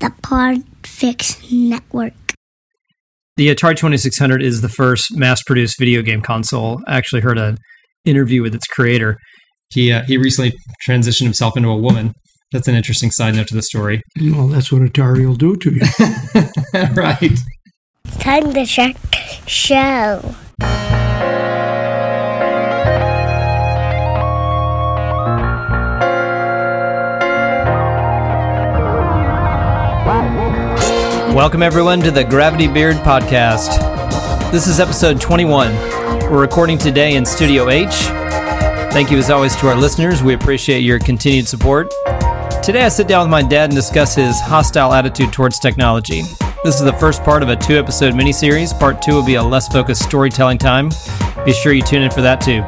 the Podfix Network. The Atari 2600 is the first mass produced video game console. I actually heard an interview with its creator. He, uh, he recently transitioned himself into a woman. That's an interesting side note to the story. Well, that's what Atari will do to you. right. Time to check show. Welcome, everyone, to the Gravity Beard Podcast. This is episode 21. We're recording today in Studio H. Thank you, as always, to our listeners. We appreciate your continued support. Today, I sit down with my dad and discuss his hostile attitude towards technology. This is the first part of a two episode miniseries. Part two will be a less focused storytelling time. Be sure you tune in for that too.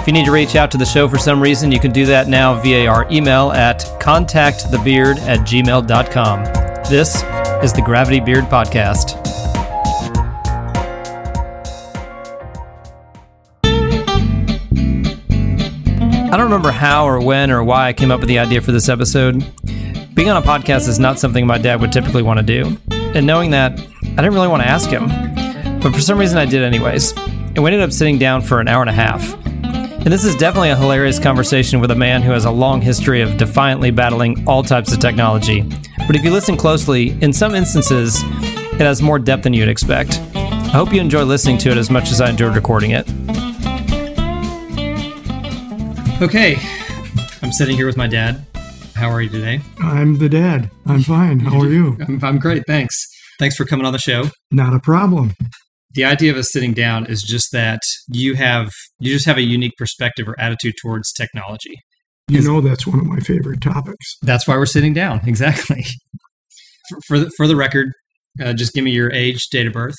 If you need to reach out to the show for some reason, you can do that now via our email at contactthebeard at gmail.com. This is the Gravity Beard Podcast. I don't remember how or when or why I came up with the idea for this episode. Being on a podcast is not something my dad would typically want to do. And knowing that, I didn't really want to ask him. But for some reason, I did anyways. And we ended up sitting down for an hour and a half. And this is definitely a hilarious conversation with a man who has a long history of defiantly battling all types of technology. But if you listen closely, in some instances, it has more depth than you'd expect. I hope you enjoy listening to it as much as I enjoyed recording it. Okay, I'm sitting here with my dad. How are you today? I'm the dad. I'm fine. How are you? I'm, I'm great, thanks. Thanks for coming on the show. Not a problem. The idea of us sitting down is just that you have you just have a unique perspective or attitude towards technology. You know that's one of my favorite topics. That's why we're sitting down. Exactly. For for the, for the record, uh, just give me your age, date of birth.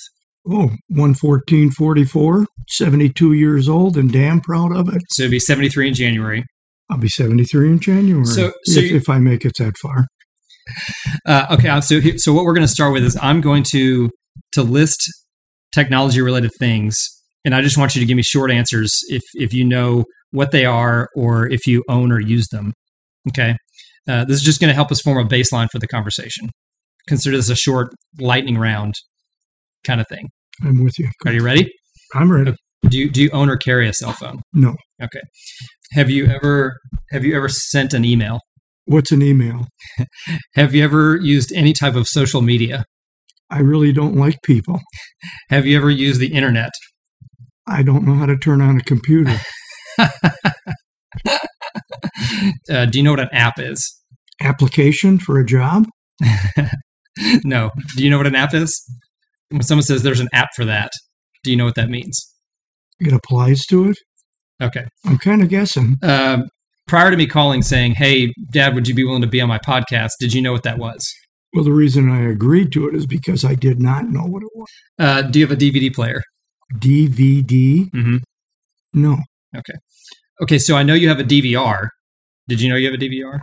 Oh, 11444, 72 years old, and damn proud of it. So it'd be 73 in January. I'll be 73 in January So- so if, you- if I make it that far. Uh, okay, uh, so here- so what we're going to start with is I'm going to to list technology related things, and I just want you to give me short answers if if you know what they are or if you own or use them. Okay, uh, this is just going to help us form a baseline for the conversation. Consider this a short lightning round kind of thing. I'm with you. Are you ready? I'm ready. Do you do you own or carry a cell phone? No. Okay. Have you ever have you ever sent an email? What's an email? Have you ever used any type of social media? I really don't like people. Have you ever used the internet? I don't know how to turn on a computer. Uh, do you know what an app is? Application for a job? no. Do you know what an app is? When someone says there's an app for that, do you know what that means? It applies to it? Okay. I'm kind of guessing. Um, prior to me calling saying, hey, dad, would you be willing to be on my podcast? Did you know what that was? Well, the reason I agreed to it is because I did not know what it was. Uh, do you have a DVD player? DVD? Mm-hmm. No, Okay. So I know you have a DVR. Did you know you have a DVR?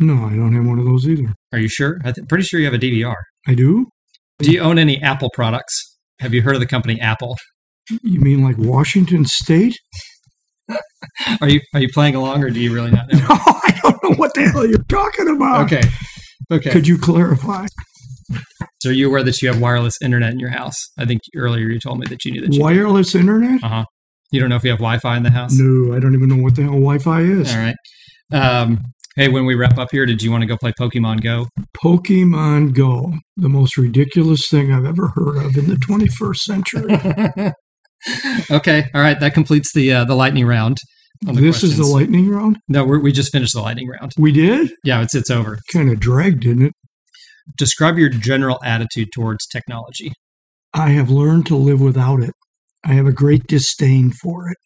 no, I don't have one of those either. Are you sure? I'm pretty sure you have a DVR. I do? Do you own any Apple products? Have you heard of the company Apple? You mean like Washington State? Are you are you playing along or do you really not know? No, I don't know what the hell you're talking about. Okay. Okay. Could you clarify? So are you aware that you have wireless internet in your house? I think earlier you told me that you knew that you Wireless internet? Uh huh. You don't know if you have Wi-Fi in the house. No, I don't even know what the hell Wi Fi is. All right. Um, hey, when we wrap up here, did you want to go play Pokemon Go? Pokemon Go, the most ridiculous thing I've ever heard of in the 21st century. okay. All right. That completes the uh, the lightning round. on the this is the questions. lightning round? no. We're, we just finished the lightning round. We did? Yeah, it's it's over. Kind of dragged, didn't it? Describe your general attitude towards technology. I have learned to live without it. I have a great disdain for it.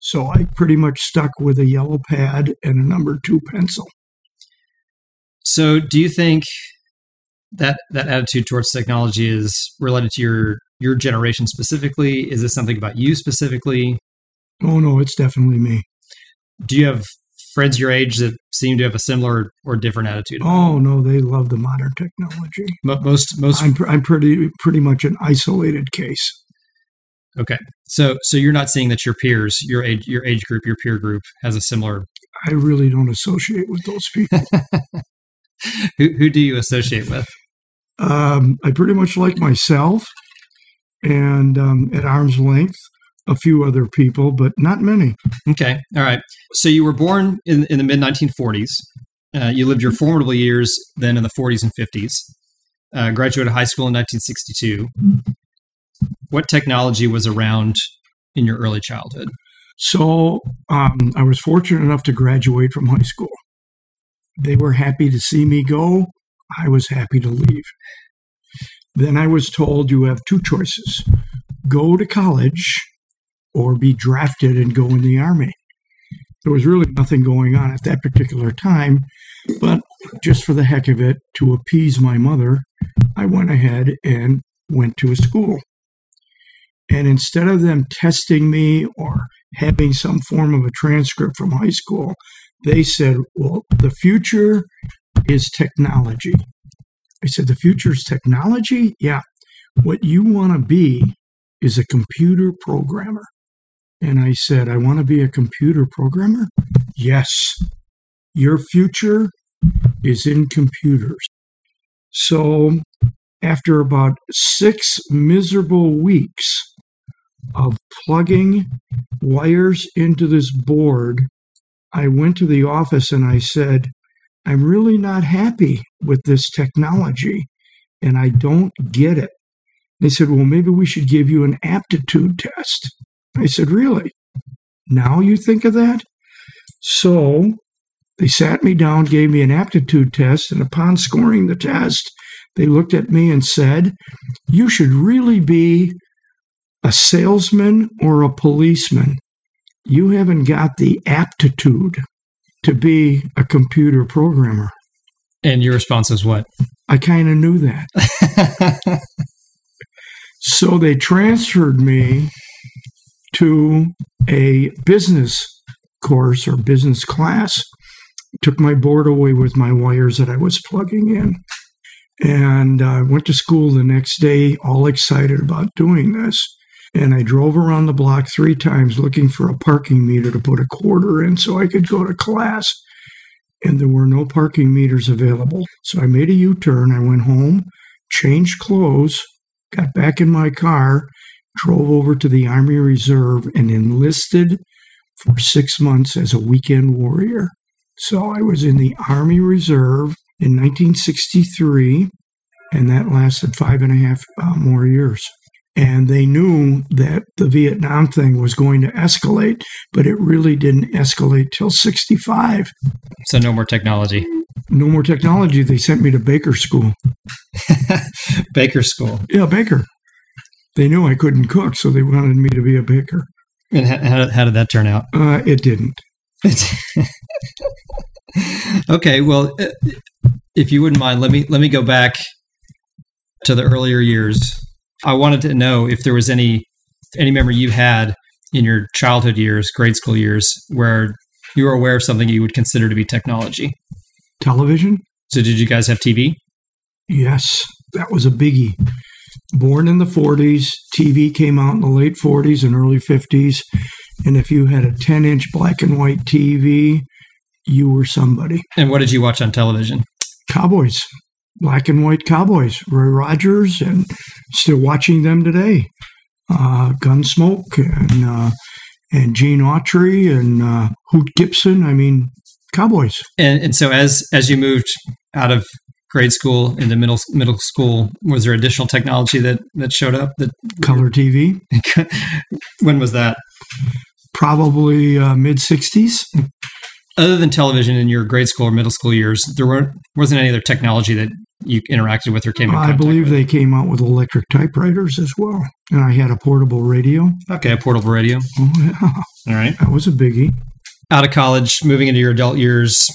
So I pretty much stuck with a yellow pad and a number two pencil. So, do you think that that attitude towards technology is related to your your generation specifically? Is this something about you specifically? Oh no, it's definitely me. Do you have friends your age that seem to have a similar or different attitude? Oh no, they love the modern technology. Mo- most most I'm, pr- I'm pretty pretty much an isolated case. so so you're not seeing that your peers, your age your age group, your peer group has a similar. I really don't associate with those people. who, who do you associate with? Um, I pretty much like myself and um, at arm's length, a few other people, but not many. Okay, all right. So you were born in, in the mid 1940s. Uh, you lived your formidable years then in the 40s and 50s. Uh, graduated high school in 1962. What technology was around in your early childhood? So um, I was fortunate enough to graduate from high school. They were happy to see me go. I was happy to leave. Then I was told you have two choices go to college or be drafted and go in the army. There was really nothing going on at that particular time, but just for the heck of it, to appease my mother, I went ahead and went to a school. And instead of them testing me or having some form of a transcript from high school, they said, Well, the future is technology. I said, The future is technology? Yeah. What you want to be is a computer programmer. And I said, I want to be a computer programmer? Yes. Your future is in computers. So after about six miserable weeks, of plugging wires into this board, I went to the office and I said, I'm really not happy with this technology and I don't get it. They said, Well, maybe we should give you an aptitude test. I said, Really? Now you think of that? So they sat me down, gave me an aptitude test, and upon scoring the test, they looked at me and said, You should really be a salesman or a policeman, you haven't got the aptitude to be a computer programmer. And your response is what? I kind of knew that. so they transferred me to a business course or business class, took my board away with my wires that I was plugging in. And I went to school the next day, all excited about doing this and I drove around the block three times looking for a parking meter to put a quarter in so I could go to class. And there were no parking meters available. So I made a U turn. I went home, changed clothes, got back in my car, drove over to the Army Reserve, and enlisted for six months as a weekend warrior. So I was in the Army Reserve in 1963, and that lasted five and a half uh, more years. And they knew that the Vietnam thing was going to escalate, but it really didn't escalate till 65. So, no more technology. No more technology. They sent me to Baker School. baker School. Yeah, Baker. They knew I couldn't cook, so they wanted me to be a baker. And how, how did that turn out? Uh, it didn't. okay, well, uh, if you wouldn't mind, let me let me go back to the earlier years I wanted to know if there was any any memory you had in your childhood years, grade school years, where you were aware of something you would consider to be technology. Television. So, did you guys have TV? Yes, that was a biggie. Born in the 40s, TV came out in the late 40s and early 50s. And if you had a 10 inch black and white TV, you were somebody. And what did you watch on television? Cowboys black and white cowboys, Roy Rogers, and still watching them today. Uh, Gunsmoke and uh, and Gene Autry and uh, Hoot Gibson. I mean, cowboys. And, and so as as you moved out of grade school into middle middle school, was there additional technology that that showed up? That color TV. when was that? Probably uh, mid '60s other than television in your grade school or middle school years, there weren't wasn't any other technology that you interacted with or came. In I believe with. they came out with electric typewriters as well, and I had a portable radio. Okay, a portable radio. Oh yeah, all right. That was a biggie. Out of college, moving into your adult years,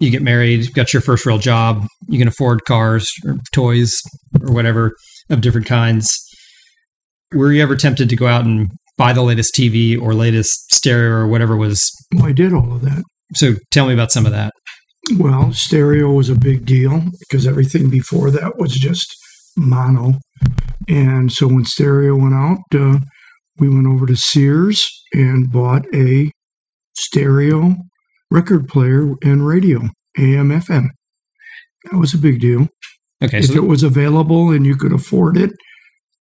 you get married, got your first real job, you can afford cars or toys or whatever of different kinds. Were you ever tempted to go out and buy the latest TV or latest stereo or whatever was? Well, I did all of that. So tell me about some of that. Well, stereo was a big deal because everything before that was just mono. And so when stereo went out, uh, we went over to Sears and bought a stereo record player and radio, AM, FM. That was a big deal. Okay. if So, it was available and you could afford it,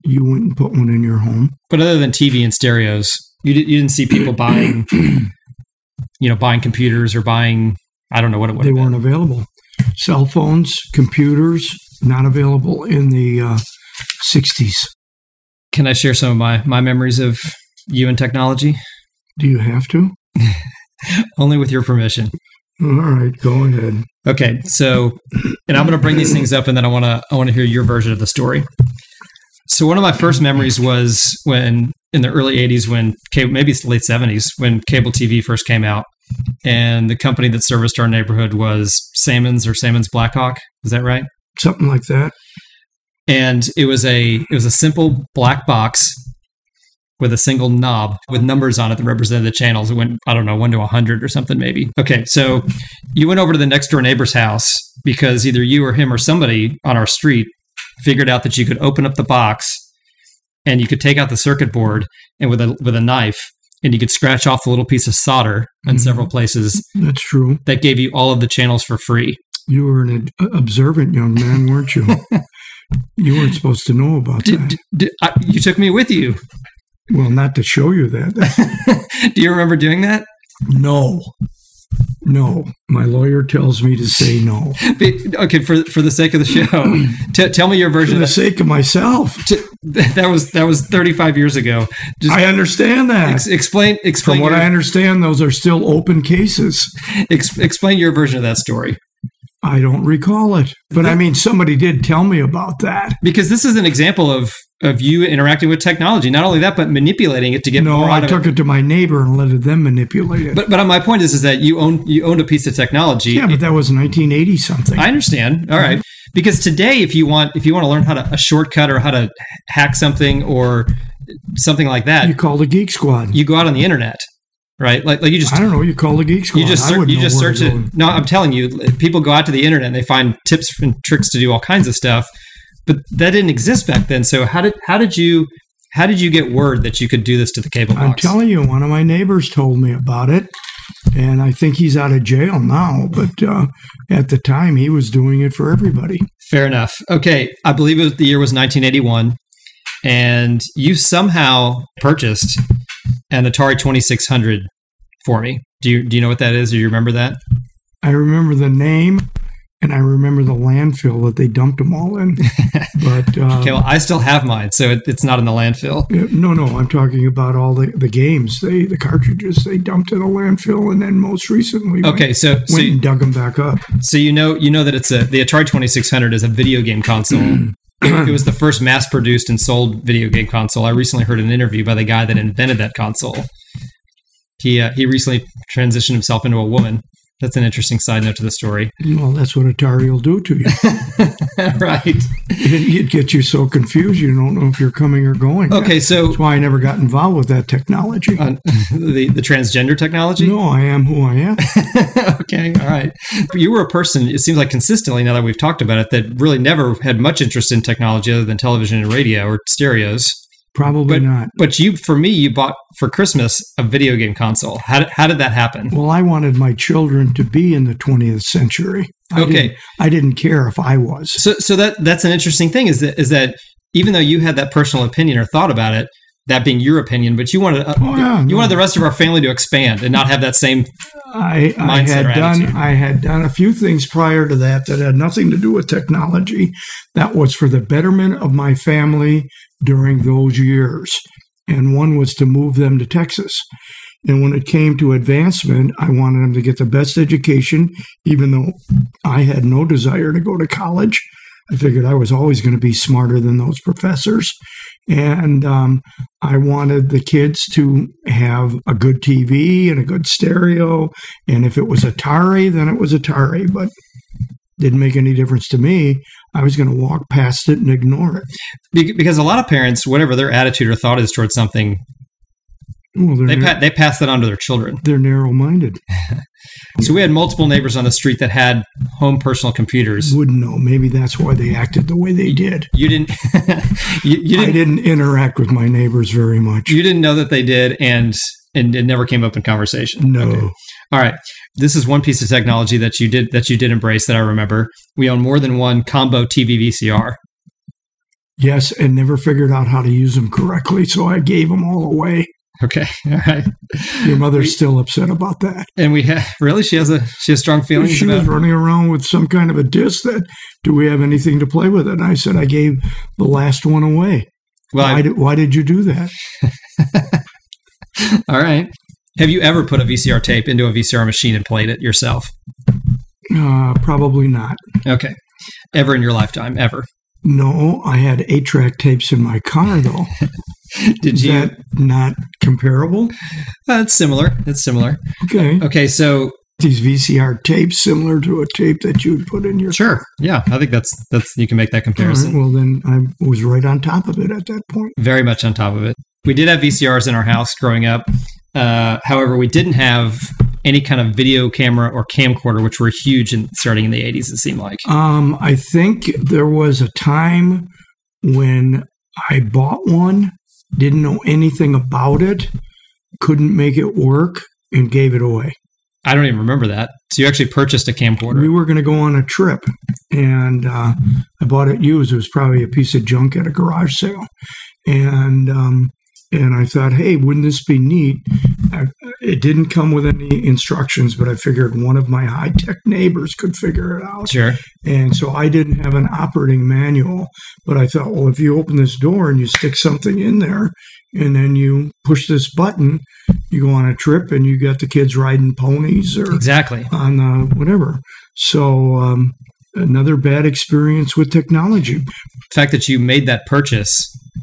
you wouldn't put one in your home. but other than TV and stereos, you, di- you didn't see people buying, you know, buying computers or buying, I don't know what it would they have weren't been. available. Cell phones, computers, not available in the uh, 60s. Can I share some of my, my memories of you and technology? Do you have to? Only with your permission. All right, go ahead. Okay, so and I'm going to bring these things up, and then I want to I want to hear your version of the story. So one of my first memories was when in the early '80s, when cable, maybe it's the late '70s, when cable TV first came out, and the company that serviced our neighborhood was Salmons or Salmons Blackhawk. Is that right? Something like that. And it was a it was a simple black box with a single knob with numbers on it that represented the channels. It went, I don't know, one to a hundred or something maybe. Okay, so you went over to the next door neighbor's house because either you or him or somebody on our street figured out that you could open up the box and you could take out the circuit board and with a with a knife and you could scratch off the little piece of solder in Mhm. several places That's true. that gave you all of the channels for free. You were an ad- uh, observant young man, weren't you? you weren't supposed to know about D- that. d- d- I- you took me with you. Well, not to show you that. Do you remember doing that? No. No. My lawyer tells me to say no. Be- okay for for the sake of the show t- tell me your For version the of sake of myself. t- that was that was 35 years ago just I understand ex- that. explain explain From what your, I understand, those are still open cases. ex- explain your version of that story I don't recall it. But I mean, somebody did tell me about that. because this is an example of of you interacting with technology not only that but manipulating it to get No, more out I of took it it to my neighbor and let them manipulate it. but but my point is is that you own you owned a piece of technology yeah, Mm-hmm. but that was 1980 something. I understand. All right. Because today if you want if you want to learn how to a shortcut or how to hack something or something like that, You called a Geek Squad. you go out on the internet. Right? Like like you just I don't know. You called a Geek Squad. you just I ser- wouldn't you know just where to search it. go. No, I'm telling you, people go out to the internet and they find tips and tricks to do all kinds of stuff, but that didn't exist back then. So how did how did you how did you get word that you could do this to the cable I'm box? telling you, one of my neighbors told me about it, and I think he's out of jail now. But uh, at the time, he was doing it for everybody. Fair enough. Okay, I believe it was, the year was 1981, and you somehow purchased an Atari 2600 for me. Do you do you know what that is? Do you remember that? I remember the name, and I remember the landfill that they dumped them all in. but uh, Okay, well, I still have mine, so it, it's not in the landfill. Yeah, No, no, I'm talking about all the, the games. They the cartridges they dumped in a landfill, and then most recently went- Okay, so so went, and dug them back up. So you know, you know that it's a the Atari Twenty Six Hundred is a video game console. it, it was the first mass produced and sold video game console. I recently heard an interview by the guy that invented that console. He uh, he recently transitioned himself into a woman. That's an interesting side note to the story. Well, that's what Atari will do to you. right. it, it gets you so confused you don't know if you're coming or going. Okay. So that's why I never got involved with that technology. uh, the the transgender technology. no, I am who I am. okay. All right. But you were a person. It seems like consistently now that we've talked about it, that really never had much interest in technology other than television and radio or stereos. Probably But- not. But you, for me, you bought for Christmas a video game console. How, did- how did that happen? Well, I wanted my children to be in the 20th century. I Okay. didn't, I didn't care if I was. So, so that that's an interesting thing. Is that is that even though you had that personal opinion or thought about it, that being your opinion, but you wanted uh, Oh, yeah, you no. wanted the rest of our family to expand and not have that same. I, I Mindset or had done attitude. I had done a few things prior to that that had nothing to do with technology. That was for the betterment of my family during those years. And one was to move them to Texas. And when it came to advancement, I wanted them to get the best education, even though I had no desire to go to college. I figured I was always going to be smarter than those professors. And um, I wanted the kids to have a good TV and a good stereo. And if it was Atari, then it was Atari, but didn't make any difference to me. I was going to walk past it and ignore it. be- Because a lot of parents, whatever their attitude or thought is towards something, Well, they're, they nar- pa- they pass that on to their children. they're narrow minded. So we had multiple neighbors on the street that had home personal computers. Wouldn't know. Maybe that's why they acted the way they did. You didn't. you, you I didn't. didn't interact with my neighbors very much. You didn't know that they did, and and it never came up in conversation. No. Okay. All right. This is one piece of technology that you did that you did embrace that I remember. We own more than one combo TV VCR. Yes, and never figured out how to use them correctly, so I gave them all away. Okay. All right. Your mother's still upset about that. And we ha- really she has a she has strong feelings She about was running around with some kind of a disc that, do we have anything to play with it? And I said, I gave the last one away. well, why, did, why did you do that? all right. Have you ever put a VCR tape into a VCR machine and played it yourself? Uh, probably not. Okay. Ever in your lifetime, ever. No, I had eight track tapes in my car, though. Did Is you that not comparable? Uh, it's similar. It's similar. Okay. Okay, so These VCR tapes, similar to a tape that you'd put in your. sure, yeah, I think that's that's you can make that All right, comparison. well, then I was right on top of it at that point. Very much on top of it. We did have VCRs in our house growing up. Uh, however, we didn't have any kind of video camera or camcorder, which were huge in starting in the '80s. It seemed like. Um, I think there was a time when I bought one, didn't know anything about it, couldn't make it work, and gave it away. I don't even remember that. So you actually purchased a We camcorder. were going to go on a trip, and uh, I bought it used. It was probably a piece of junk at a garage sale, and um, and I thought, hey, wouldn't this be neat? I, it didn't come with any instructions, but I figured one of my high tech neighbors could figure it out. Sure. And so I didn't have an operating manual, but I thought, well, if you open this door and you stick something in there, and then you push this button, you go on a trip and you got the kids riding ponies or Exactly. on uh, whatever. So um, another bad experience with technology. The fact that you made that purchase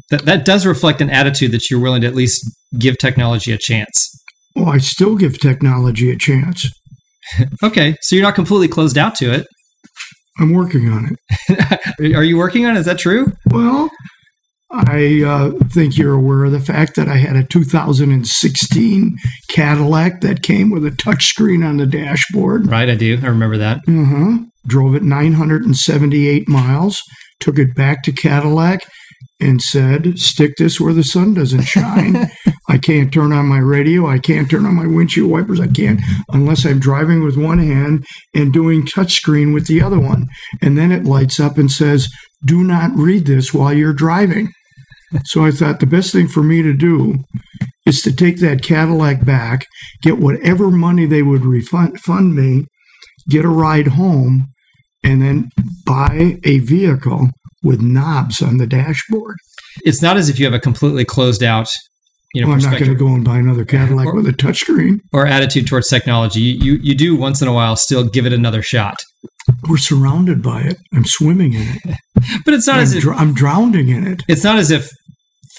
that that does reflect an attitude that you're willing to at least give technology a chance. Well, I still give technology a chance. Okay, so you're not completely closed out to it. I'm working on it. Are you working on? it? Is that true? Well, I uh, think you're aware of the fact that I had a 2016 Cadillac that came with a touchscreen on the dashboard. Right, I do. I remember that. Uh-huh. Drove it 978 miles, took it back to Cadillac, and said, Stick this where the sun doesn't shine. I can't turn on my radio. I can't turn on my windshield wipers. I can't unless I'm driving with one hand and doing touchscreen with the other one. And then it lights up and says, Do not read this while you're driving. So I thought the best thing for me to do is to take that Cadillac back, get whatever money they would refund fund me, get a ride home, and then buy a vehicle with knobs on the dashboard. It's not as if you have a completely closed out, you know, Well, I'm not going to perspective go and buy another Cadillac Or- with a touchscreen. or attitude towards technology. You, you you do once in a while still give it another shot, We're surrounded by it. I'm swimming in it. but it's not I'm, as if dr- I'm drowning in it. it's not as if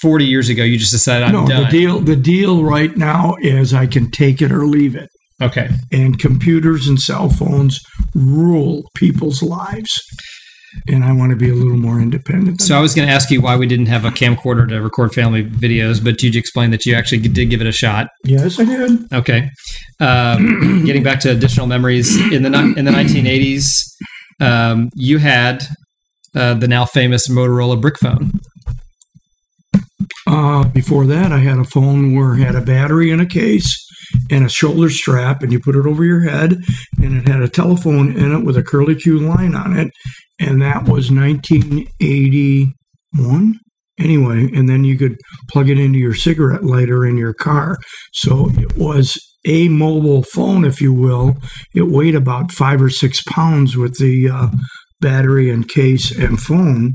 forty years ago you just decided I'm no, done. the deal the deal right now is I can take it or leave it. okay, And computers and cell phones rule people's lives. And I want to be a little more independent. than so I was going to ask you why we didn't have a camcorder to record family videos, but you explained that you actually did give it a shot. that. yes, I did. Okay, um, getting back to additional memories in the ni- in the 1980s, um, you had uh, the now famous Motorola brick phone. Uh, before that, I had a phone where it had a battery in a case and a shoulder strap, and you put it over your head, and it had a telephone in it with a curlicue line on it, and that was 1981. Anyway, and then you could plug it into your cigarette lighter in your car. So it was a mobile phone, if you will. It weighed about five or six pounds with the uh, battery and case and phone.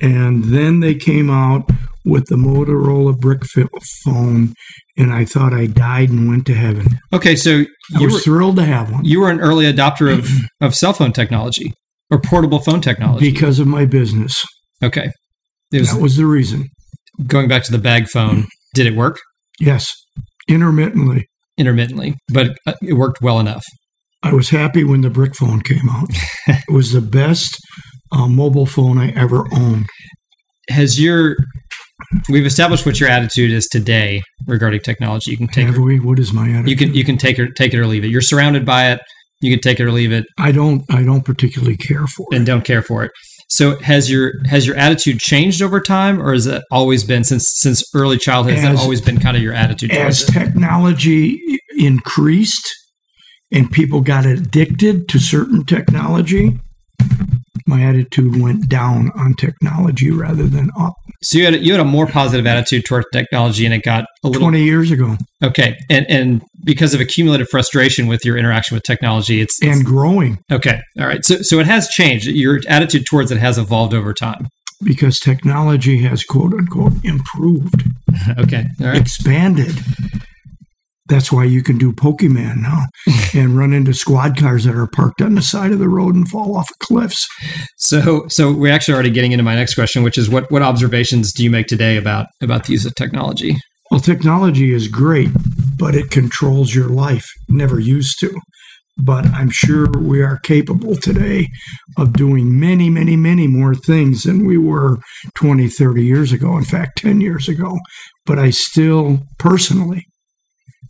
And then they came out with the Motorola brick fi- phone, and I thought I died and went to heaven. Okay, so I you were, was thrilled to have one you were an early adopter of, of cell phone technology or portable phone technology. because of my business. Okay. It was That was the reason. going back to the bag phone. Did it work? Yes, intermittently. Intermittently, but uh, it worked well enough. I was happy when the brick phone came out. it was the best uh, mobile phone I ever owned. Has your, we've established what your attitude is today regarding technology. You can take Have it, we? What is my attitude? you can, you can take it, take it or leave it. You're surrounded by it. You can take it or leave it I don't. I don't particularly care for it. and don't care for it. So has your has your attitude changed over time, or has it always been since since early childhood? Has that As- always been kind of your attitude? as towards it? technology increased and people got addicted to certain technology, my attitude went down on technology rather than up. So you had you had a more positive attitude toward technology, and it got a little 20 years ago okay, and and because of accumulative frustration with your interaction with technology, it's, it's and growing okay. All right, so so it has changed. Your attitude towards it has evolved over time. because technology has quote unquote improved, Okay, all right. expanded. That's why you can do Pokemon now and run into squad cars that are parked on the side of the road and fall off of cliffs. So so we're actually already getting into my next question, which is what what observations do you make today about about the use of technology? Well, technology is great, but it controls your life. Never used to. But I'm sure we are capable today of doing many, many, many more things than we were 20, 30 years ago. In fact, 10 years ago. But I still personally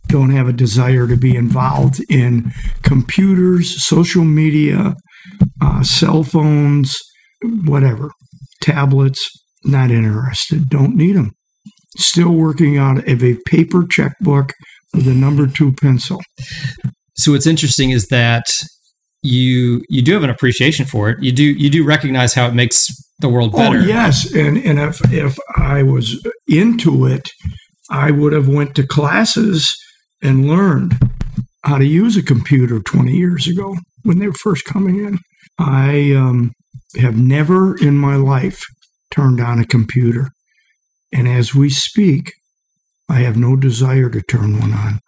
don't have a desire to be involved in computers, social media, uh, cell phones, whatever, tablets. Not interested. Don't need them still working out of a paper checkbook with a number two pencil. so what's interesting is that you you do have an appreciation for it you do you do recognize how it makes the world better Oh yes, and and if if I was into it, I would have went to classes and learned how to use a computer 20 years ago when they were first coming in. I um, have never in my life turned on a computer, and as we speak, I have no desire to turn one on.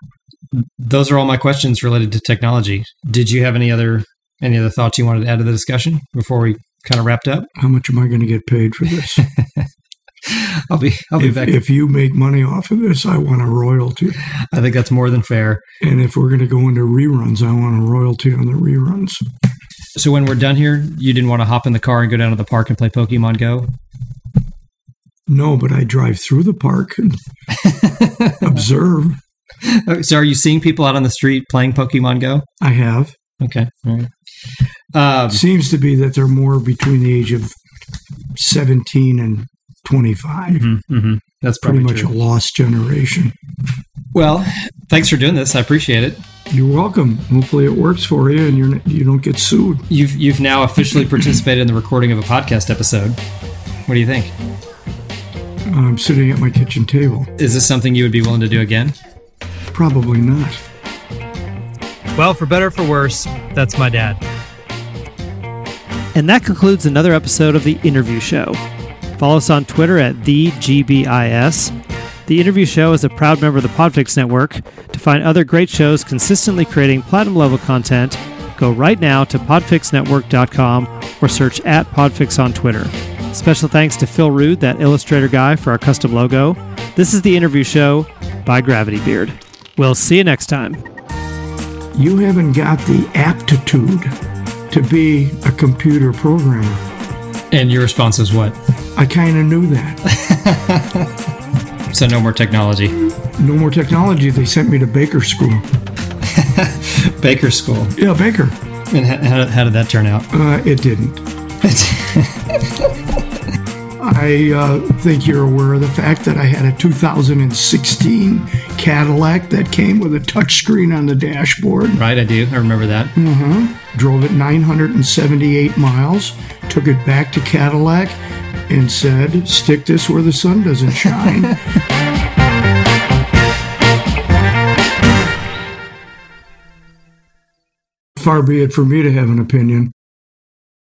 those are all my questions related to technology did you have any other any other thoughts you wanted to add to the discussion before we kind of wrapped up How much am I going to get paid for this? i'll be i'll be if, back if you make money off of this, I want a royalty. i think that's more than fair And if we're going to go into reruns, I want a royalty on the reruns. so when we're done here you didn't want to hop in the car and go down to the park and play pokemon go No, but I drive through the park and observe. Okay, so are you seeing people out on the street playing pokemon go I have. okay all right um, Seems to be that they're more between the age of 17 and 25. mhm, mhm. that's Pretty probably much true. a lost generation. well thanks for doing this i appreciate it You're welcome. Hopefully it works for you and you're, n- you don't get sued. You've you've now officially participated in the recording of a podcast episode. What do you think? I'm sitting at my kitchen table. Is this something you would be willing to do again? Probably not. Well, for better or for worse, that's my dad. And that concludes another episode of The Interview Show. Follow us on Twitter at the GBIS. The Interview Show is a proud member of the Podfix Network. To find other great shows consistently creating platinum level content, go right now to podfixnetwork.com or search at Podfix on Twitter. Special thanks to Phil Rude, that illustrator guy, for our custom logo. This is The Interview Show by Gravity Beard. We'll see you next time. you haven't got the aptitude to be a computer programmer. And your response is what? I kind of knew that. So no more technology. No more technology. They sent me to Baker School. Baker School. Yeah, Baker. And how, how, how did that turn out? Uh, it didn't. I uh, think you're aware of the fact that I had a 2016 Cadillac that came with a touchscreen on the dashboard. right, I do. I remember that. Drove it 978 miles, took it back to Cadillac, and said, "Stick this where the sun doesn't shine." Far be it for me to have an opinion.